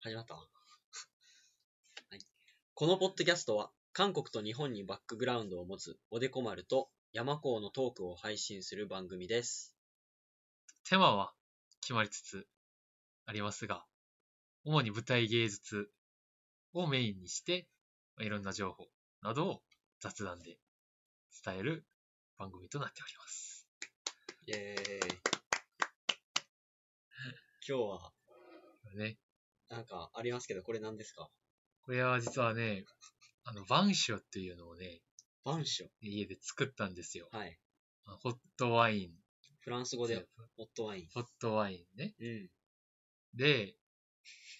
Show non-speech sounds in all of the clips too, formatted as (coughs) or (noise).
始まった (laughs) わはい。このポッドキャストは、韓国と日本にバックグラウンドを持つおでこ丸と山高のトークを配信する番組です。テーマは決まりつつありますが、主に舞台芸術をメインにして、まあいろんな情報などを雑談で伝える番組となっております。イェーイ。今日は、ね、なんかありますけど、これ何ですかこれは実はね、あの、バンショっていうのをね、万象。家で作ったんですよ。はい。あのホットワイン。フランス語で、ホットワイン。ホットワインね。うん。で、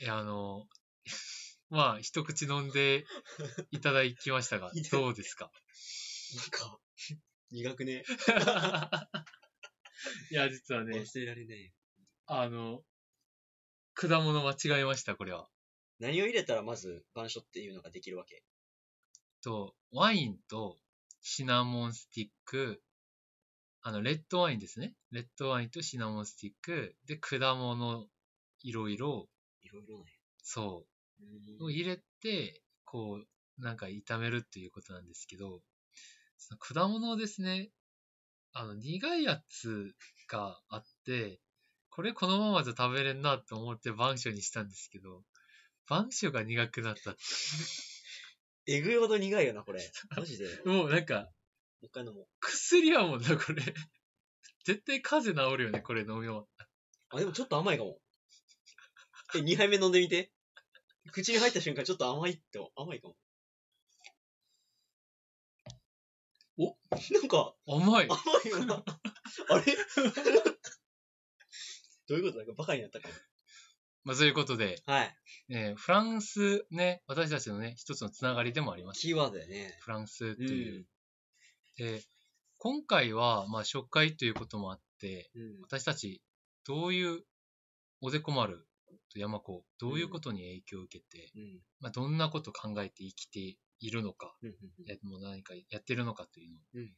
えあの、 (laughs) まあ、一口飲んで (laughs) いただきましたがい、ただどうですかなんか、 (laughs) 苦くね。いや、実はね、忘れられねえ。あの、果物間違えました、これは。何を入れたらまず、万象っていうのができるわけと、ワインとシナモンスティック、あの、レッドワインですね。レッドワインとシナモンスティック、で、果物、いろいろ、いろいろね。そうう、をん入れて、こう、なんか炒めるっていうことなんですけど、その果物をですね、あの、苦いやつがあって、これこのままじゃ食べれんなと思って晩酒にしたんですけど、晩酒が苦くなったってえぐいほど苦いよな、 (laughs) これ。マジで。ももうなんか、う一回飲もう。薬やもんな、これ。 (laughs) 絶対風邪治るよね、これ飲みよあ、でもちょっと甘いかも。 (laughs) え、2杯目飲んでみて。口に入った瞬間ちょっと甘いって、甘いかも。お (laughs) なんか、う。甘い。甘いよな。あれ (laughs) どういうことなんかバカになったかも。まあ、ということで、はい。えーフランスね、私たちのね、一つのつながりでもあります。キーワードだよね。フランスってういう。ん。で、今回は、まあ、初回ということもあって、うん。私たち、どういう、おでこ丸と山子、どういうことに影響を受けて、うん。まあ、どんなことを考えて生きているのか、うん。いやもう何かやってるのかというのをうん、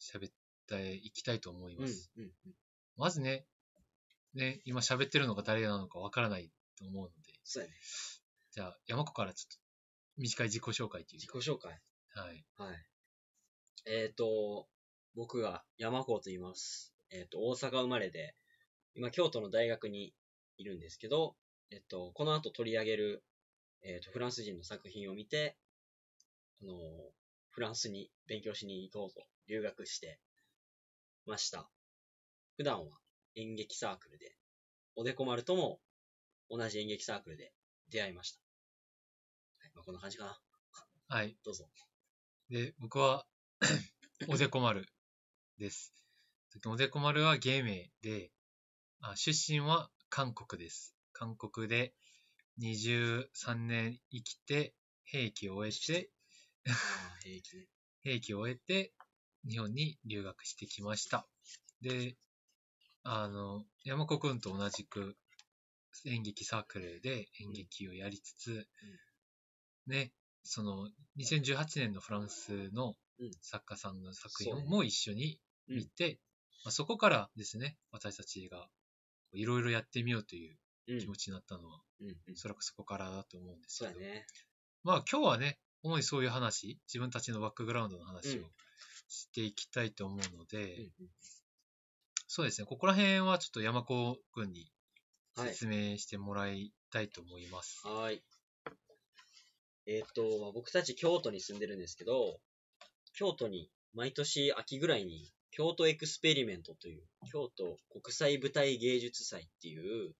喋っていきたいと思いうん。うまんす。。まずね、ね、今喋ってるのが誰なのかわからないと思うので、そうやね。じゃあ、山子からちょっと、短い自己紹介とい自う己か、紹介。はい。はい。えっ、と、僕が山高と言います。えっ、と、大阪生まれで、今、京都の大学にいるんですけど、えっ、と、この後取り上げる、えっ、と、フランス人の作品を見て、あのーフランスに勉強しに行こうと留学してました。普段は演劇サークルで、おでこ丸とも同じ演劇サークルで出会いました。はい、まあ、こんな感じかな。はい。どうぞ。で、僕は、 (coughs) おでこ丸です。おでこ丸は芸名で、あ出身は韓国です。韓国で23年生きて、兵期を終えて、ああ、平気ね。兵期を終えて、日本に留学してきました。で、あの、山子くんと同じく演劇サークルで演劇をやりつつ、ね、その、2018年のフランスのうん作家さんの作品そうねも一緒に見て、まあ、そこからですね、私たちがいろいろやってみようといううん気持ちになったのは、うんうん、おそらくそこからだと思うんですそけうどや、ね。まあ今日はね、主にそういう話、自分たちのバックグラウンドの話をうんしていきたいと思うので、うんうんそうですね、ここら辺はちょっと山子くんにはい。説明してもらいたいと思います。はーい。えーっと、まあ僕たち京都に住んでるんですけど、京都に毎年秋ぐらいに京都エクスペリメントという京都国際舞台芸術祭っていう、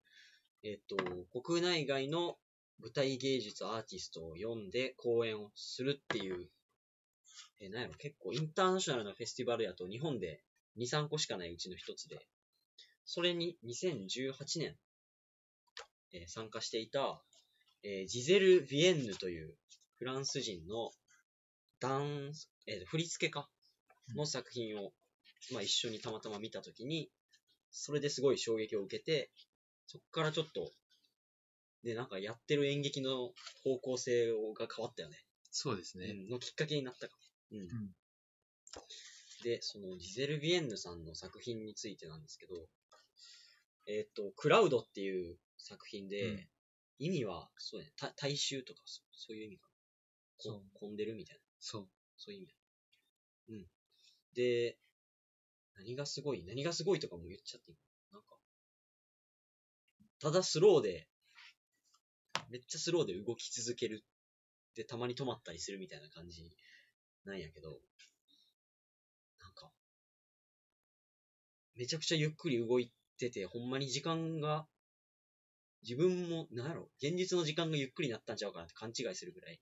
えーっと、国内外の舞台芸術アーティストを呼んで公演をするっていう、えーなんやろ、結構インターナショナルなフェスティバルやと日本で2、3個しかないうちの一つで、それに2018年、えー参加していた、えージゼル・ヴィエンヌというフランス人のダンス、えー振り付け家の作品を、まあ、一緒にたまたま見たときに、それですごい衝撃を受けて、そこからちょっと、で、なんかやってる演劇の方向性をが変わったよね。そうですうね。んのきっかけになったかも。うんで、そのジゼル・ビエンヌさんの作品についてなんですけど、えっ、と、クラウドっていう作品で、うん意味は、そうやね。た大衆とかそ、そういう意味かな。こ混んでるみたいな。そう。そういう意味や。うん。で、何がすごい何がすごいとかも言っちゃっていいなんか、ただスローで、めっちゃスローで動き続ける。で、たまに止まったりするみたいな感じなんやけど、なんか、めちゃくちゃゆっくり動いてて、ほんまに時間が、自分も、なんやろ、現実の時間がゆっくりになったんちゃうかなって勘違いするぐらい、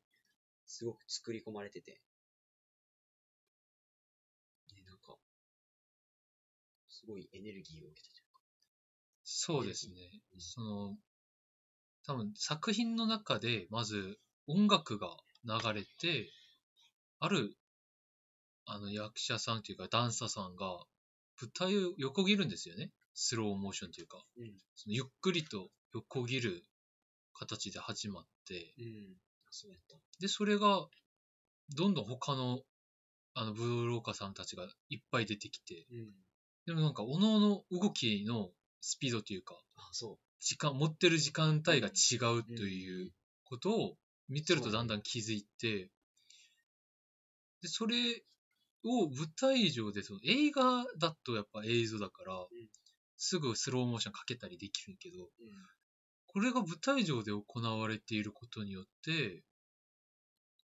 すごく作り込まれてて。ね、なんか、すごいエネルギーを受けてて。そうですねう。んその、多分作品の中で、まず音楽が流れて、ある、あの役者さんというかダンサーさんが舞台を横切るんですよね。スローモーションというか。うんそのゆっくりと横切る形で始まって、うん。そうやった。で、それが、どんどん他の、あの、ブローカーさんたちがいっぱい出てきて、うん。でもなんか、各々の動きのスピードというか、あ、そ時間、持ってる時間帯が違うということを見てるとそうだだねんだん気づいて、で、それを舞台上で、その映画だとやっぱ映像だから、すぐスローモーションかけたりできるけど、う。うこれが舞台上で行われていることによって、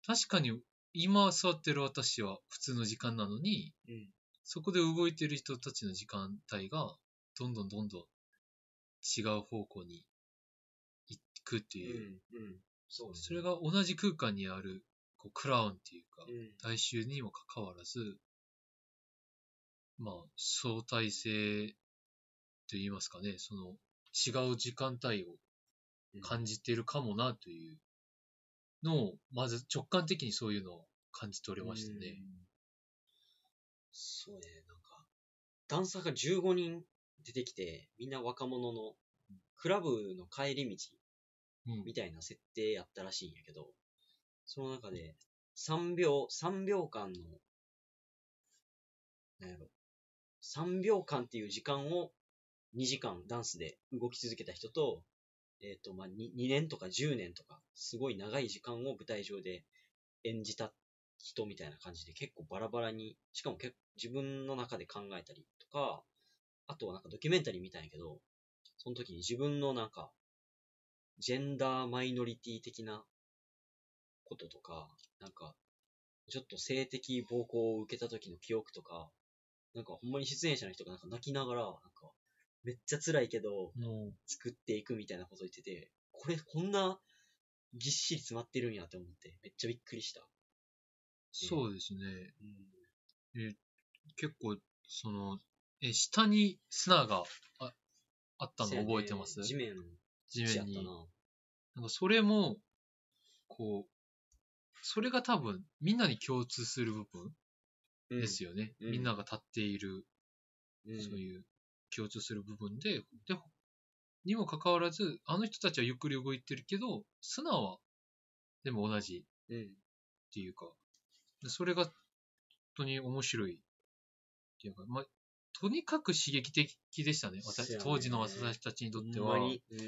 確かに今座ってる私は普通の時間なのに、ん。うん。そこで動いてる人たちの時間帯が、どんどんどんどん違う方向に行くってういう。ん。うん。そうね。それが同じ空間にあるこうクラウンっていうかう、ん。大衆にもかかわらず、まあ、相対性と言いますかね、その違う時間帯を感じてるかもなというのを、まず直感的にそういうのを感じ取れましたね。うん。そうね、なんか、ダンサーが15人出てきて、みんな若者の、クラブの帰り道うんみたいな設定やったらしいんやけど、その中で、3秒、3秒間の、なんやろ、3秒間っていう時間を2時間ダンスで動き続けた人と、えっ、と、まあ2、2年とか10年とか、すごい長い時間を舞台上で演じた人みたいな感じで結構バラバラに、しかも結自分の中で考えたりとか、あとはなんかドキュメンタリー見たんやけど、その時に自分のなんか、ジェンダーマイノリティ的なこととか、なんか、ちょっと性的暴行を受けた時の記憶とか、なんかほんまに出演者の人がなんか泣きながら、なんか、めっちゃ辛いけど、もう作っていくみたいなこと言ってて、これこんなぎっしり詰まってるんやと思って、めっちゃびっくりした。そうですね。うん。結構、その、え下に砂がああったのせやね覚えてます地面、地地面やったにな。。なんかそれも、こう、それが多分みんなに共通する部うん分ですよね。うんみんなが立っている、うんそういう共通する部分で、で、にもかかわらず、あの人たちはゆっくり動いてるけど、砂はでも同じうん。っていうか、でそれが本当に面白いっていうか、まあ、とにかく刺激的でしたね。そう私やね当時の私たちにとってほはんま。に。うん。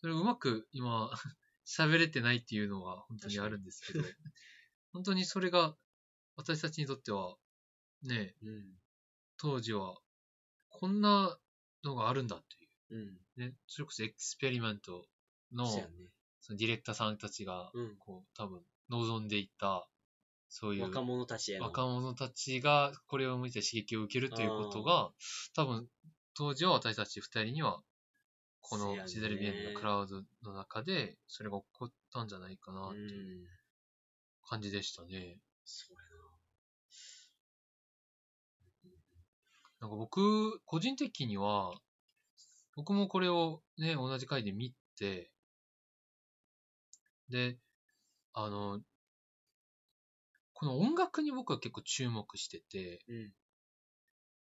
それをうまく今、 (laughs) 喋れてないっていうのは本当にあるんですけど、本当にそれが私たちにとっては、ね、うん。当時はこんなのがあるんだとうん。いう、ね、それこそエクスペリメントのそうやね。そのディレクターさんたちが、うん。こう、多分望んでいた、そういう若者たちへの。若者たちがこれを見て刺激を受けるということが、多分当時は私たち二人には、こせのやねシゼルビエンのクラウドの中で、それが起こったんじゃないかなう。というん感じでしたね。そうやな。なんか僕、個人的には、僕もこれをね、同じ回で見て、で、あの、この音楽に僕は結構注目してて、うん。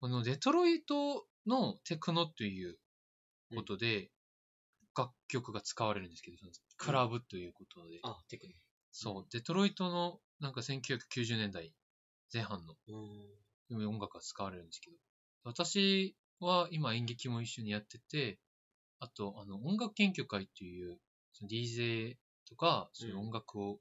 このデトロイトのテクノということで、楽曲が使われるんですけど、そのクラブということで、あ、テクニッそう、デトロイトのなんか1990年代前半のク。うん。音楽が使われるんですけど、私は今演劇も一緒にやってて、あと、あの、音楽研究会というその DJ とか、そういううん音楽を、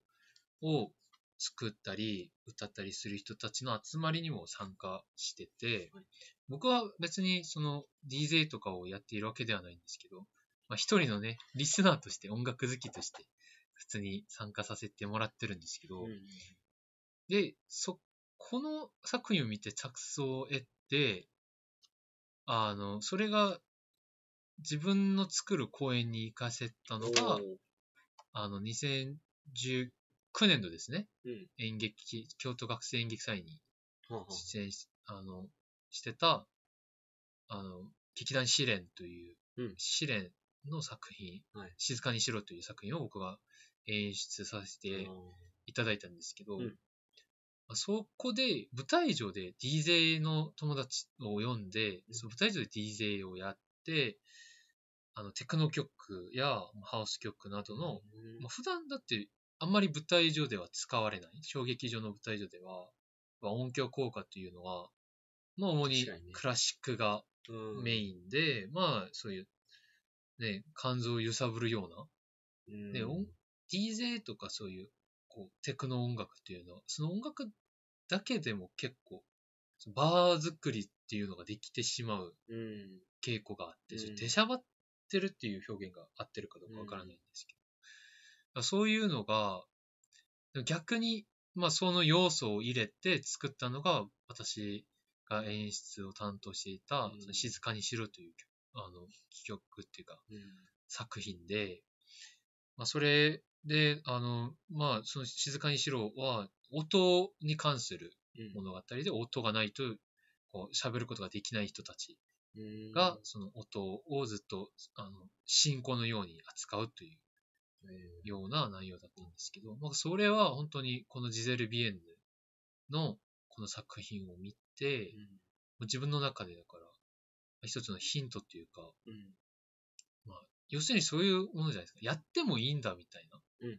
を作ったり、歌ったりする人たちの集まりにも参加しててはい、僕は別にその DJ とかをやっているわけではないんですけど、まあ、一人のね、リスナーとして、音楽好きとして、普通に参加させてもらってるんですけど、うんで、そ、この作品を見て着想を得て、あの、それが自分の作る公演に行かせたのがお、ーあの、2019年度ですね。うん演劇、京都学生演劇祭にはあはあ出演し、あの、してた、あの、劇団試練といううん、試練の作品、はい静かにしろという作品を僕が演出させてあーいただいたんですけど、うんまあそこで舞台上で DJ の友達を呼んうで、んその舞台上で DJ をやって、あのテクノ曲やハウス曲などの、うんまあ普段だってあんまり舞台上では使われない、小劇場の舞台上では、まあ音響効果というのは、まあ主に確かにねクラシックがうんメインで、まあそういう、ね、肝臓を揺さぶるようなうんで音 DJ とかそういうこうテクノ音楽っていうのは、その音楽だけでも結構、そのバー作りっていうのができてしまううん傾向があって、うんちょっと出しゃばってるっていう表現が合ってるかどうかわからないんですけど、だからそういうのが、逆に、まあ、その要素を入れて作ったのが、私が演出を担当していた、うんその静かにしろという曲あの曲っていうか、作品で、まあ、それで、あの、まあ、その静かにしろは、音に関するうん物語で、音がないと、こう、喋ることができない人たちうんが、その音をずっと、あの、信仰のように扱うというんうような内容だったんですけど、まあ、それは本当に、このジゼル・ビエンヌの、この作品を見て、もう自分の中でだから、一つのヒントっていうか、うん要するにそういうものじゃないですか。やってもいいんだみたいな。うん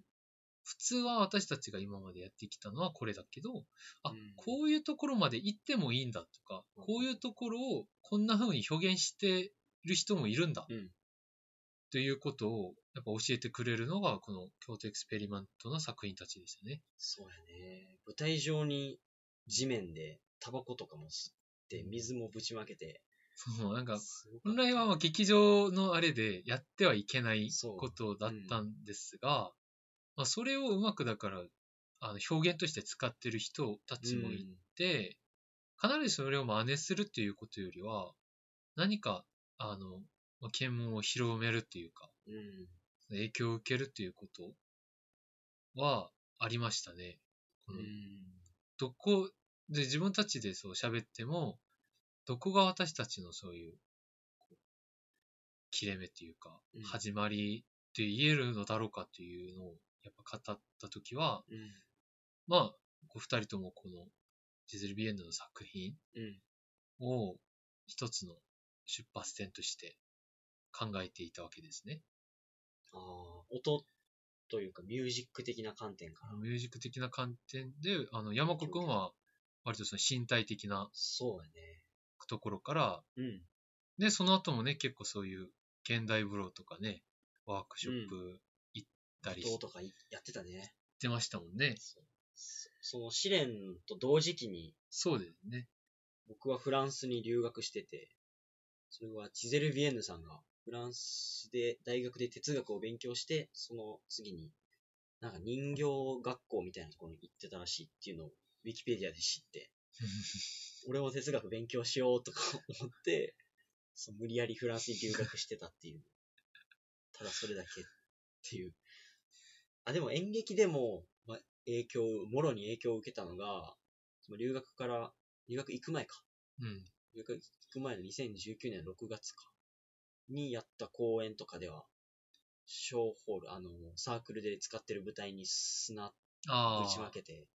普通は私たちが今までやってきたのはこれだけど、あ、うんこういうところまで行ってもいいんだとか、うんこういうところをこんな風に表現してる人もいるんだ。うんということをやっぱ教えてくれるのが、この京都エクスペリメントの作品たちでしたね。そうやね。舞台上に地面でタバコとかも吸って、水もぶちまけて。そう、なんか、すごかっ本た来はまあ劇場のあれでやってはいけないそうことだったんですが、まあ、それをうまくだからあの表現として使ってる人たちもいて、必ずしもそれを真似するっていうことよりは何かあのまあ見聞を広めるっていうかうん。うん影響を受けるっていうことはありましたね。このどこで自分たちでそう喋っても、どこが私たちのそういう、こう切れ目っていうかうん、始まりって言えるのだろうかというのを、やっぱ語ったときは、うん。まあ、こう二人ともこの、ジズルビエンドの作品うん。を一つの出発点として考えていたわけですね。ああ、音というかミュージック的な観点から。ミュージック的な観点で、あの、山子くんは、割とその身体的なそうやところから、ね。で、その後もね、結構そういう現代舞踊とかね、ワークショップ行ったうん。り音しとかいやってたね。てましたもんね。そうそその試練と同時期に、そうですね。僕はフランスに留学してて、それはチゼル・ビエンヌさんがフランスで大学で哲学を勉強して、その次になんか人形学校みたいなところに行ってたらしいっていうのをウィキペディアで知って、俺も哲学勉強しようとか思って、そう無理やりフランスに留学してたっていう。ただそれだけっていう。あ、でも演劇でも、まあ、影響、もろに影響を受けたのが、その留学から、留学行く前か。うん。留学行く前の2019年6月か、にやった公演とかでは、ショーホール、あの、サークルで使ってる舞台に砂あぶちまあ、けて、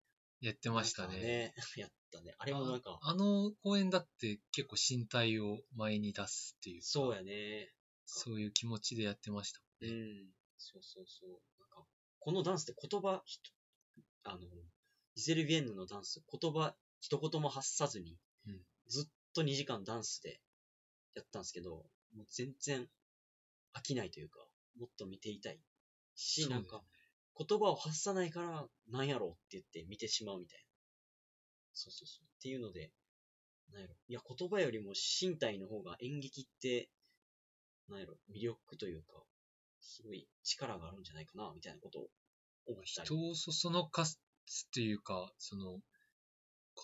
やってましたね。ね。 (laughs) やったね。あれもなんか、あの公演だって結構身体を前に出すっていう、そうやね。そういう気持ちでやってましたうもんね。ん。そうそうそう。なんか、このダンスって言葉、ひとあの、イゼルビエンヌのダンス、言葉、一言も発さずに、うんずっと2時間ダンスでやったんですけど、もう全然飽きないというか、もっと見ていたいっし、そうなだよんねか、言葉を発さないから、なんやろうって言って見てしまうみたいな。そうそうそう。っていうので、なんやろ。いや、言葉よりも身体の方が演劇って、なんやろ、魅力というか、すごい力があるんじゃないかな、みたいなことを思ったり。人をそそのかすっていうか、その、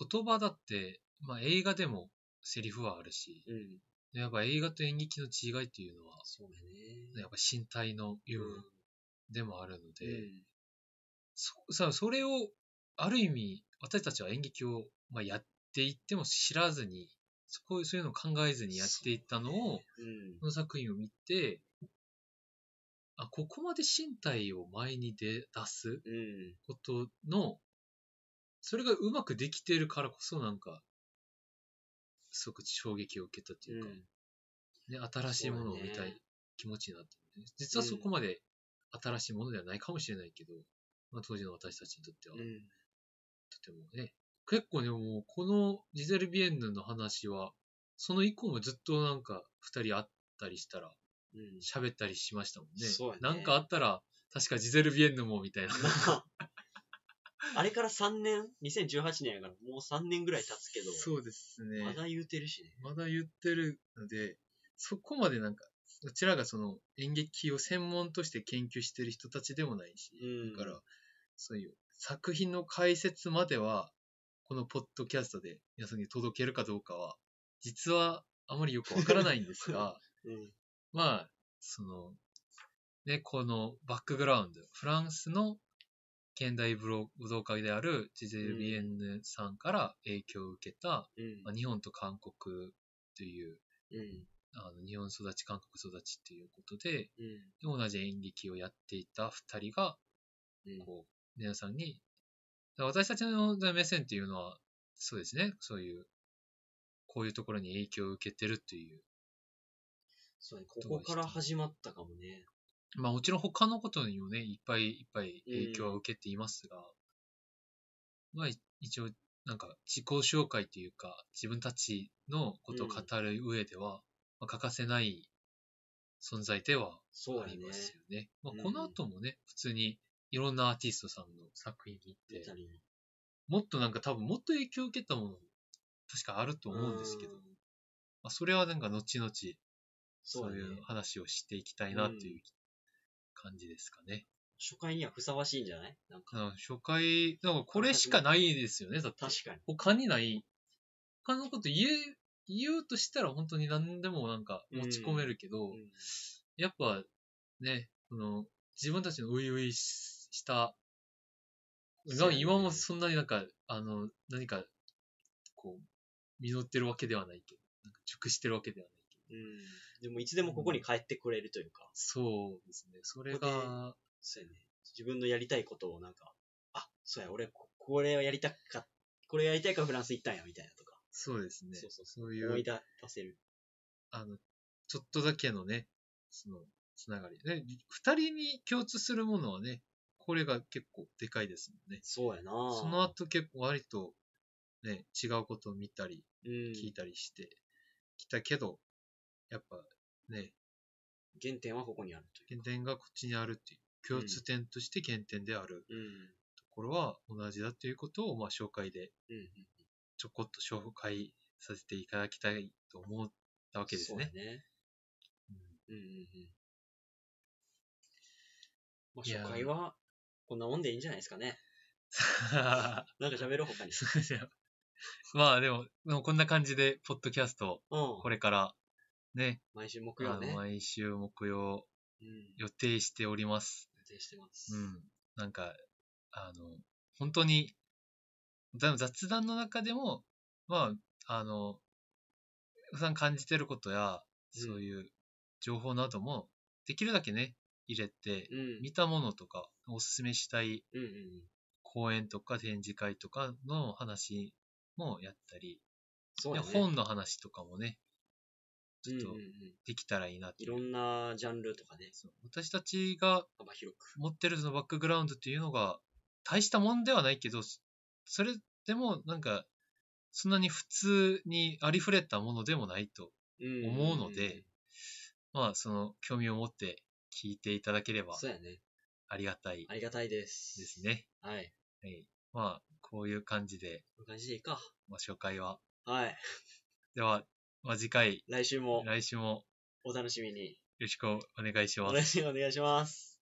言葉だって、まあ映画でもセリフはあるし、うん。やっぱ映画と演劇の違いっていうのは、そうやね。やっぱ身体の部うん分でもあるので、うんそさそれを、ある意味、私たちは演劇を、まあ、やっていっても知らずに、そこそういうのを考えずにやっていったのを、うんこの作品を見て、あ、ここまで身体を前に出出すうん。ことの、それがうまくできてるからこそ、なんか、すごく衝撃を受けたというか、ね、新しいものを見そうただねい気持ちになってるね、実はそこまで新しいものではないかもしれないけど、まあ、当時の私たちにとっては、うん。うん。とてもね、結構ね、もうこのジゼル・ビエンヌの話は、その以降もずっとなんか二人会ったりしたら、うん。喋ったりしましたもんね。そうやねなんかあったら、確かジゼル・ビエンヌもみ (laughs) たいな。まあ、あれから3年 ?2018 年やから、もう3年ぐらい経つけど、そうですね。まだ言うてるしね。まだ言ってるので、そこまでなんか、うちらがその演劇を専門として研究してる人たちでもないし、うんだから、そういう作品の解説までは、このポッドキャストで皆さんに届けるかどうかは、実はあまりよくわからないんですが、 (laughs) うん。まあ、その、ね、このバックグラウンド、フランスの現代武道武道家であるジゼル・ビエンヌさんから影響を受けた、うんまあ、日本と韓国といううん。あの日本育ち、韓国育ちっていうことで、うん。で同じ演劇をやっていた二人が、うんこう、皆さんに、だから私たちの目線っていうのは、そうですね、そういう、こういうところに影響を受けてるっていう。そうね、ここから始まったかもね。まあもちろん他のことにもね、いっぱいいっぱい影響は受けていますが、まあい一応、なんか自己紹介というか、自分たちのことを語る上では、まあ欠かせない存在ではそうあやねり。ますよね。まうんあ、この後もね、普通にいろんなアーティストさんの作品に行見ってた、り。もっとなんか多分もっと影響を受けたもの、確かあると思うんですけど、うんまあ、それはなんか後々そそううやいねう。話をしていきたいなっていうう感じですかね。初回にはふさわしいんじゃないなんか、うん初回、だからこれしかないですよね、だって。確かに。他にない、他のこと言え、言うとしたら本当に何でもなんか持ち込めるけど、うんやっぱね、この自分たちの初々しした、そうやね今もそんなになんか、あの、何か、こう、実ってるわけではないけど、なんか熟してるわけではないけど、うん。でも、いつでもここに帰ってくれるというか、そうですね。それここでが、そうやね。自分のやりたいことをなんか、あ、そうや、俺、ここれをやりたか、これやりたいからフランス行ったんや、みたいなとか、そうですね。そうそうそう思い、いう出せる。あの、ちょっとだけのね、その、つながり。ね、二人に共通するものはね、これが結構でかいですもんね。そうやなその後結構割と、ね、違うことを見たり、うん、聞いたりしてきたけど、やっぱね、原点はここにあるとい原点がこっちにあるっていう、共通点として原点であるう。ところは同じだということを、まあ、紹介でうん。うん。ちょこっと紹介させていただきたいと思ったわけですそうねや。ね。うんうんうん。まあ、初いやー回は、こんなもんでいいんじゃないですかね。なんか喋ろう、 (laughs) 他に。そうですよ (laughs) まあでも、でもこんな感じで、ポッドキャスト、うん。これからね、毎週木曜あのね。毎週木曜うん。予予定しております。定してます。うん。なんか、あの、本当に、ざ雑談の中でも、まあ、あの、普段感じてることや、うんそういう情報なども、できるだけね、入れて、うん。見たものとか、おすすめしたいうんうん。講演とか展示会とかの話もやったり、そうねやね。本の話とかもね、うんうんちょっうとん。できたらいいなっていいうろんなジャンルとかね、そう私たちが幅広く。持ってるそのバックグラウンドっていうのが大したもんではないけどそそれでもなんかそんなに普通にありふれたものでもないとうん思うので、まあその興味を持って聞いていただければそうやね。ありがたいありがたいです。ですね。はい。はい。まあ、こういう感じで、こんな感じでいいか。まあ、初回は。はい。では、まあ、次回、来週も来週もお楽しみに。よろしくお願いしおます。願いします。